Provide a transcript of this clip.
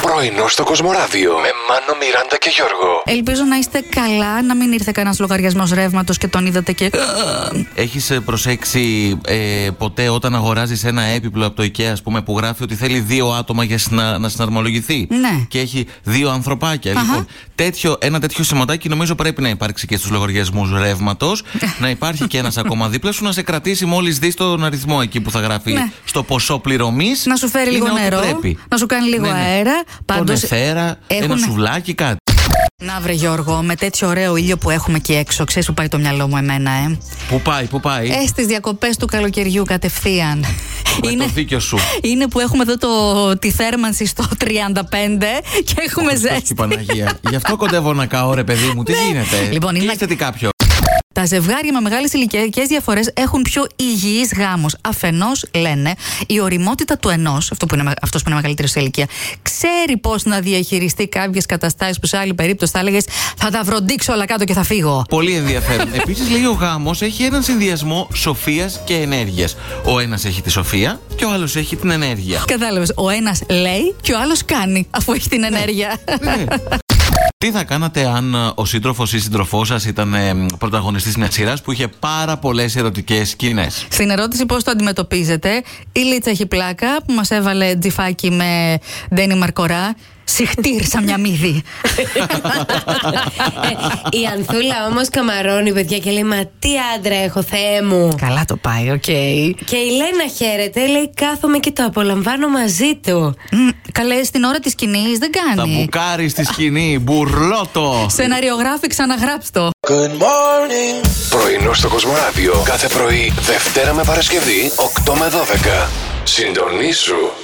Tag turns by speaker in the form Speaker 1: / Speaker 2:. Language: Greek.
Speaker 1: Πρωινό στο Κοσμοράδιο με Μάνο, Μιράντα και Γιώργο.
Speaker 2: Ελπίζω να είστε καλά, να μην ήρθε κανένας λογαριασμός ρεύματος και τον είδατε και.
Speaker 3: Ε, Έχει προσέξει ε, ποτέ όταν αγοράζεις ένα έπιπλο από το IKEA, ας πούμε, που γράφει ότι θέλει δύο άτομα για συνα, να συναρμολογηθεί.
Speaker 2: Ναι.
Speaker 3: Και έχει δύο ανθρωπάκια.
Speaker 2: Αχα.
Speaker 3: Λοιπόν, τέτοιο, ένα τέτοιο σηματάκι νομίζω πρέπει να υπάρξει και στους λογαριασμούς ρεύματος.
Speaker 2: Ναι.
Speaker 3: να υπάρχει και ένας ακόμα δίπλα σου να σε κρατήσει μόλις δεις τον αριθμό εκεί που θα γράφει
Speaker 2: Ναι.
Speaker 3: στο ποσό πληρωμής.
Speaker 2: Να σου φέρει λίγο νερό, να σου κάνει λίγο
Speaker 3: Ναι,
Speaker 2: αέρα. Πάντως,
Speaker 3: Πονεφέρα, ένα
Speaker 2: έχουνε-
Speaker 3: σουβλάκι, κάτι.
Speaker 2: Να βρε Γιώργο, με τέτοιο ωραίο ήλιο που έχουμε εκεί έξω, ξέρεις που πάει το μυαλό μου εμένα, ε.
Speaker 3: Πού πάει, πού πάει.
Speaker 2: Ε, στις διακοπές του καλοκαιριού κατευθείαν.
Speaker 3: με το δίκιο σου.
Speaker 2: είναι που έχουμε εδώ το, τη θέρμανση στο 35 και έχουμε
Speaker 3: Χριστός και η
Speaker 2: ζέστη.
Speaker 3: Παναγία. Γι' αυτό κοντεύω να καώ, ρε παιδί μου. Τι γίνεται.
Speaker 2: Λοιπόν, είναι-
Speaker 3: Κλείστε τι κάποιο.
Speaker 2: Τα ζευγάρια με μεγάλες ηλικιακές διαφορές έχουν πιο υγιείς γάμους. Αφενός, λένε, η οριμότητα του ενός, αυτό που είναι, με- αυτός που είναι μεγαλύτερος σε ηλικία, ξέρει πώς να διαχειριστεί κάποιες καταστάσεις που σε άλλη περίπτωση θα έλεγες Θα τα βροντίξω όλα κάτω και θα φύγω.
Speaker 3: Πολύ ενδιαφέρον. Επίσης, λέει ο γάμος έχει έναν συνδυασμό σοφίας και ενέργειας. Ο ένας έχει τη σοφία και ο άλλος έχει την ενέργεια.
Speaker 2: Κατάλαβες. Ο ένας λέει και ο άλλος κάνει, αφού έχει την ενέργεια.
Speaker 3: Ναι. Τι θα κάνατε αν ε, ο σύντροφος ή σύντροφός σας ήταν ε, πρωταγωνιστής μιας σειράς που είχε πάρα πολλές ερωτικές σκηνές.
Speaker 2: Στην ερώτηση πώς το αντιμετωπίζετε, η Λίτσα έχει πλάκα που μας έβαλε τζιφάκι με Ντένι Μαρκορά. Συχτήρισα μια μύδη.
Speaker 4: Ε, Η Ανθούλα όμως καμαρώνει, παιδιά, και λέει Μα τι άντρα έχω, Θεέ μου.
Speaker 2: Καλά το πάει, οκ.
Speaker 4: Και η Λένα χαίρεται, λέει Κάθομαι και το απολαμβάνω μαζί του.
Speaker 2: Μμ, Καλέ, στην ώρα της σκηνής δεν
Speaker 3: Τα
Speaker 2: κάνει.
Speaker 3: μπουκάρι στη σκηνή, μπουρλότο.
Speaker 2: Σεναριογράφη, ξαναγράψτο.
Speaker 1: Πρωινό στο Κοσμοράδιο κάθε πρωί, Δευτέρα με Παρασκευή, 8 με 12. Συντονίσου.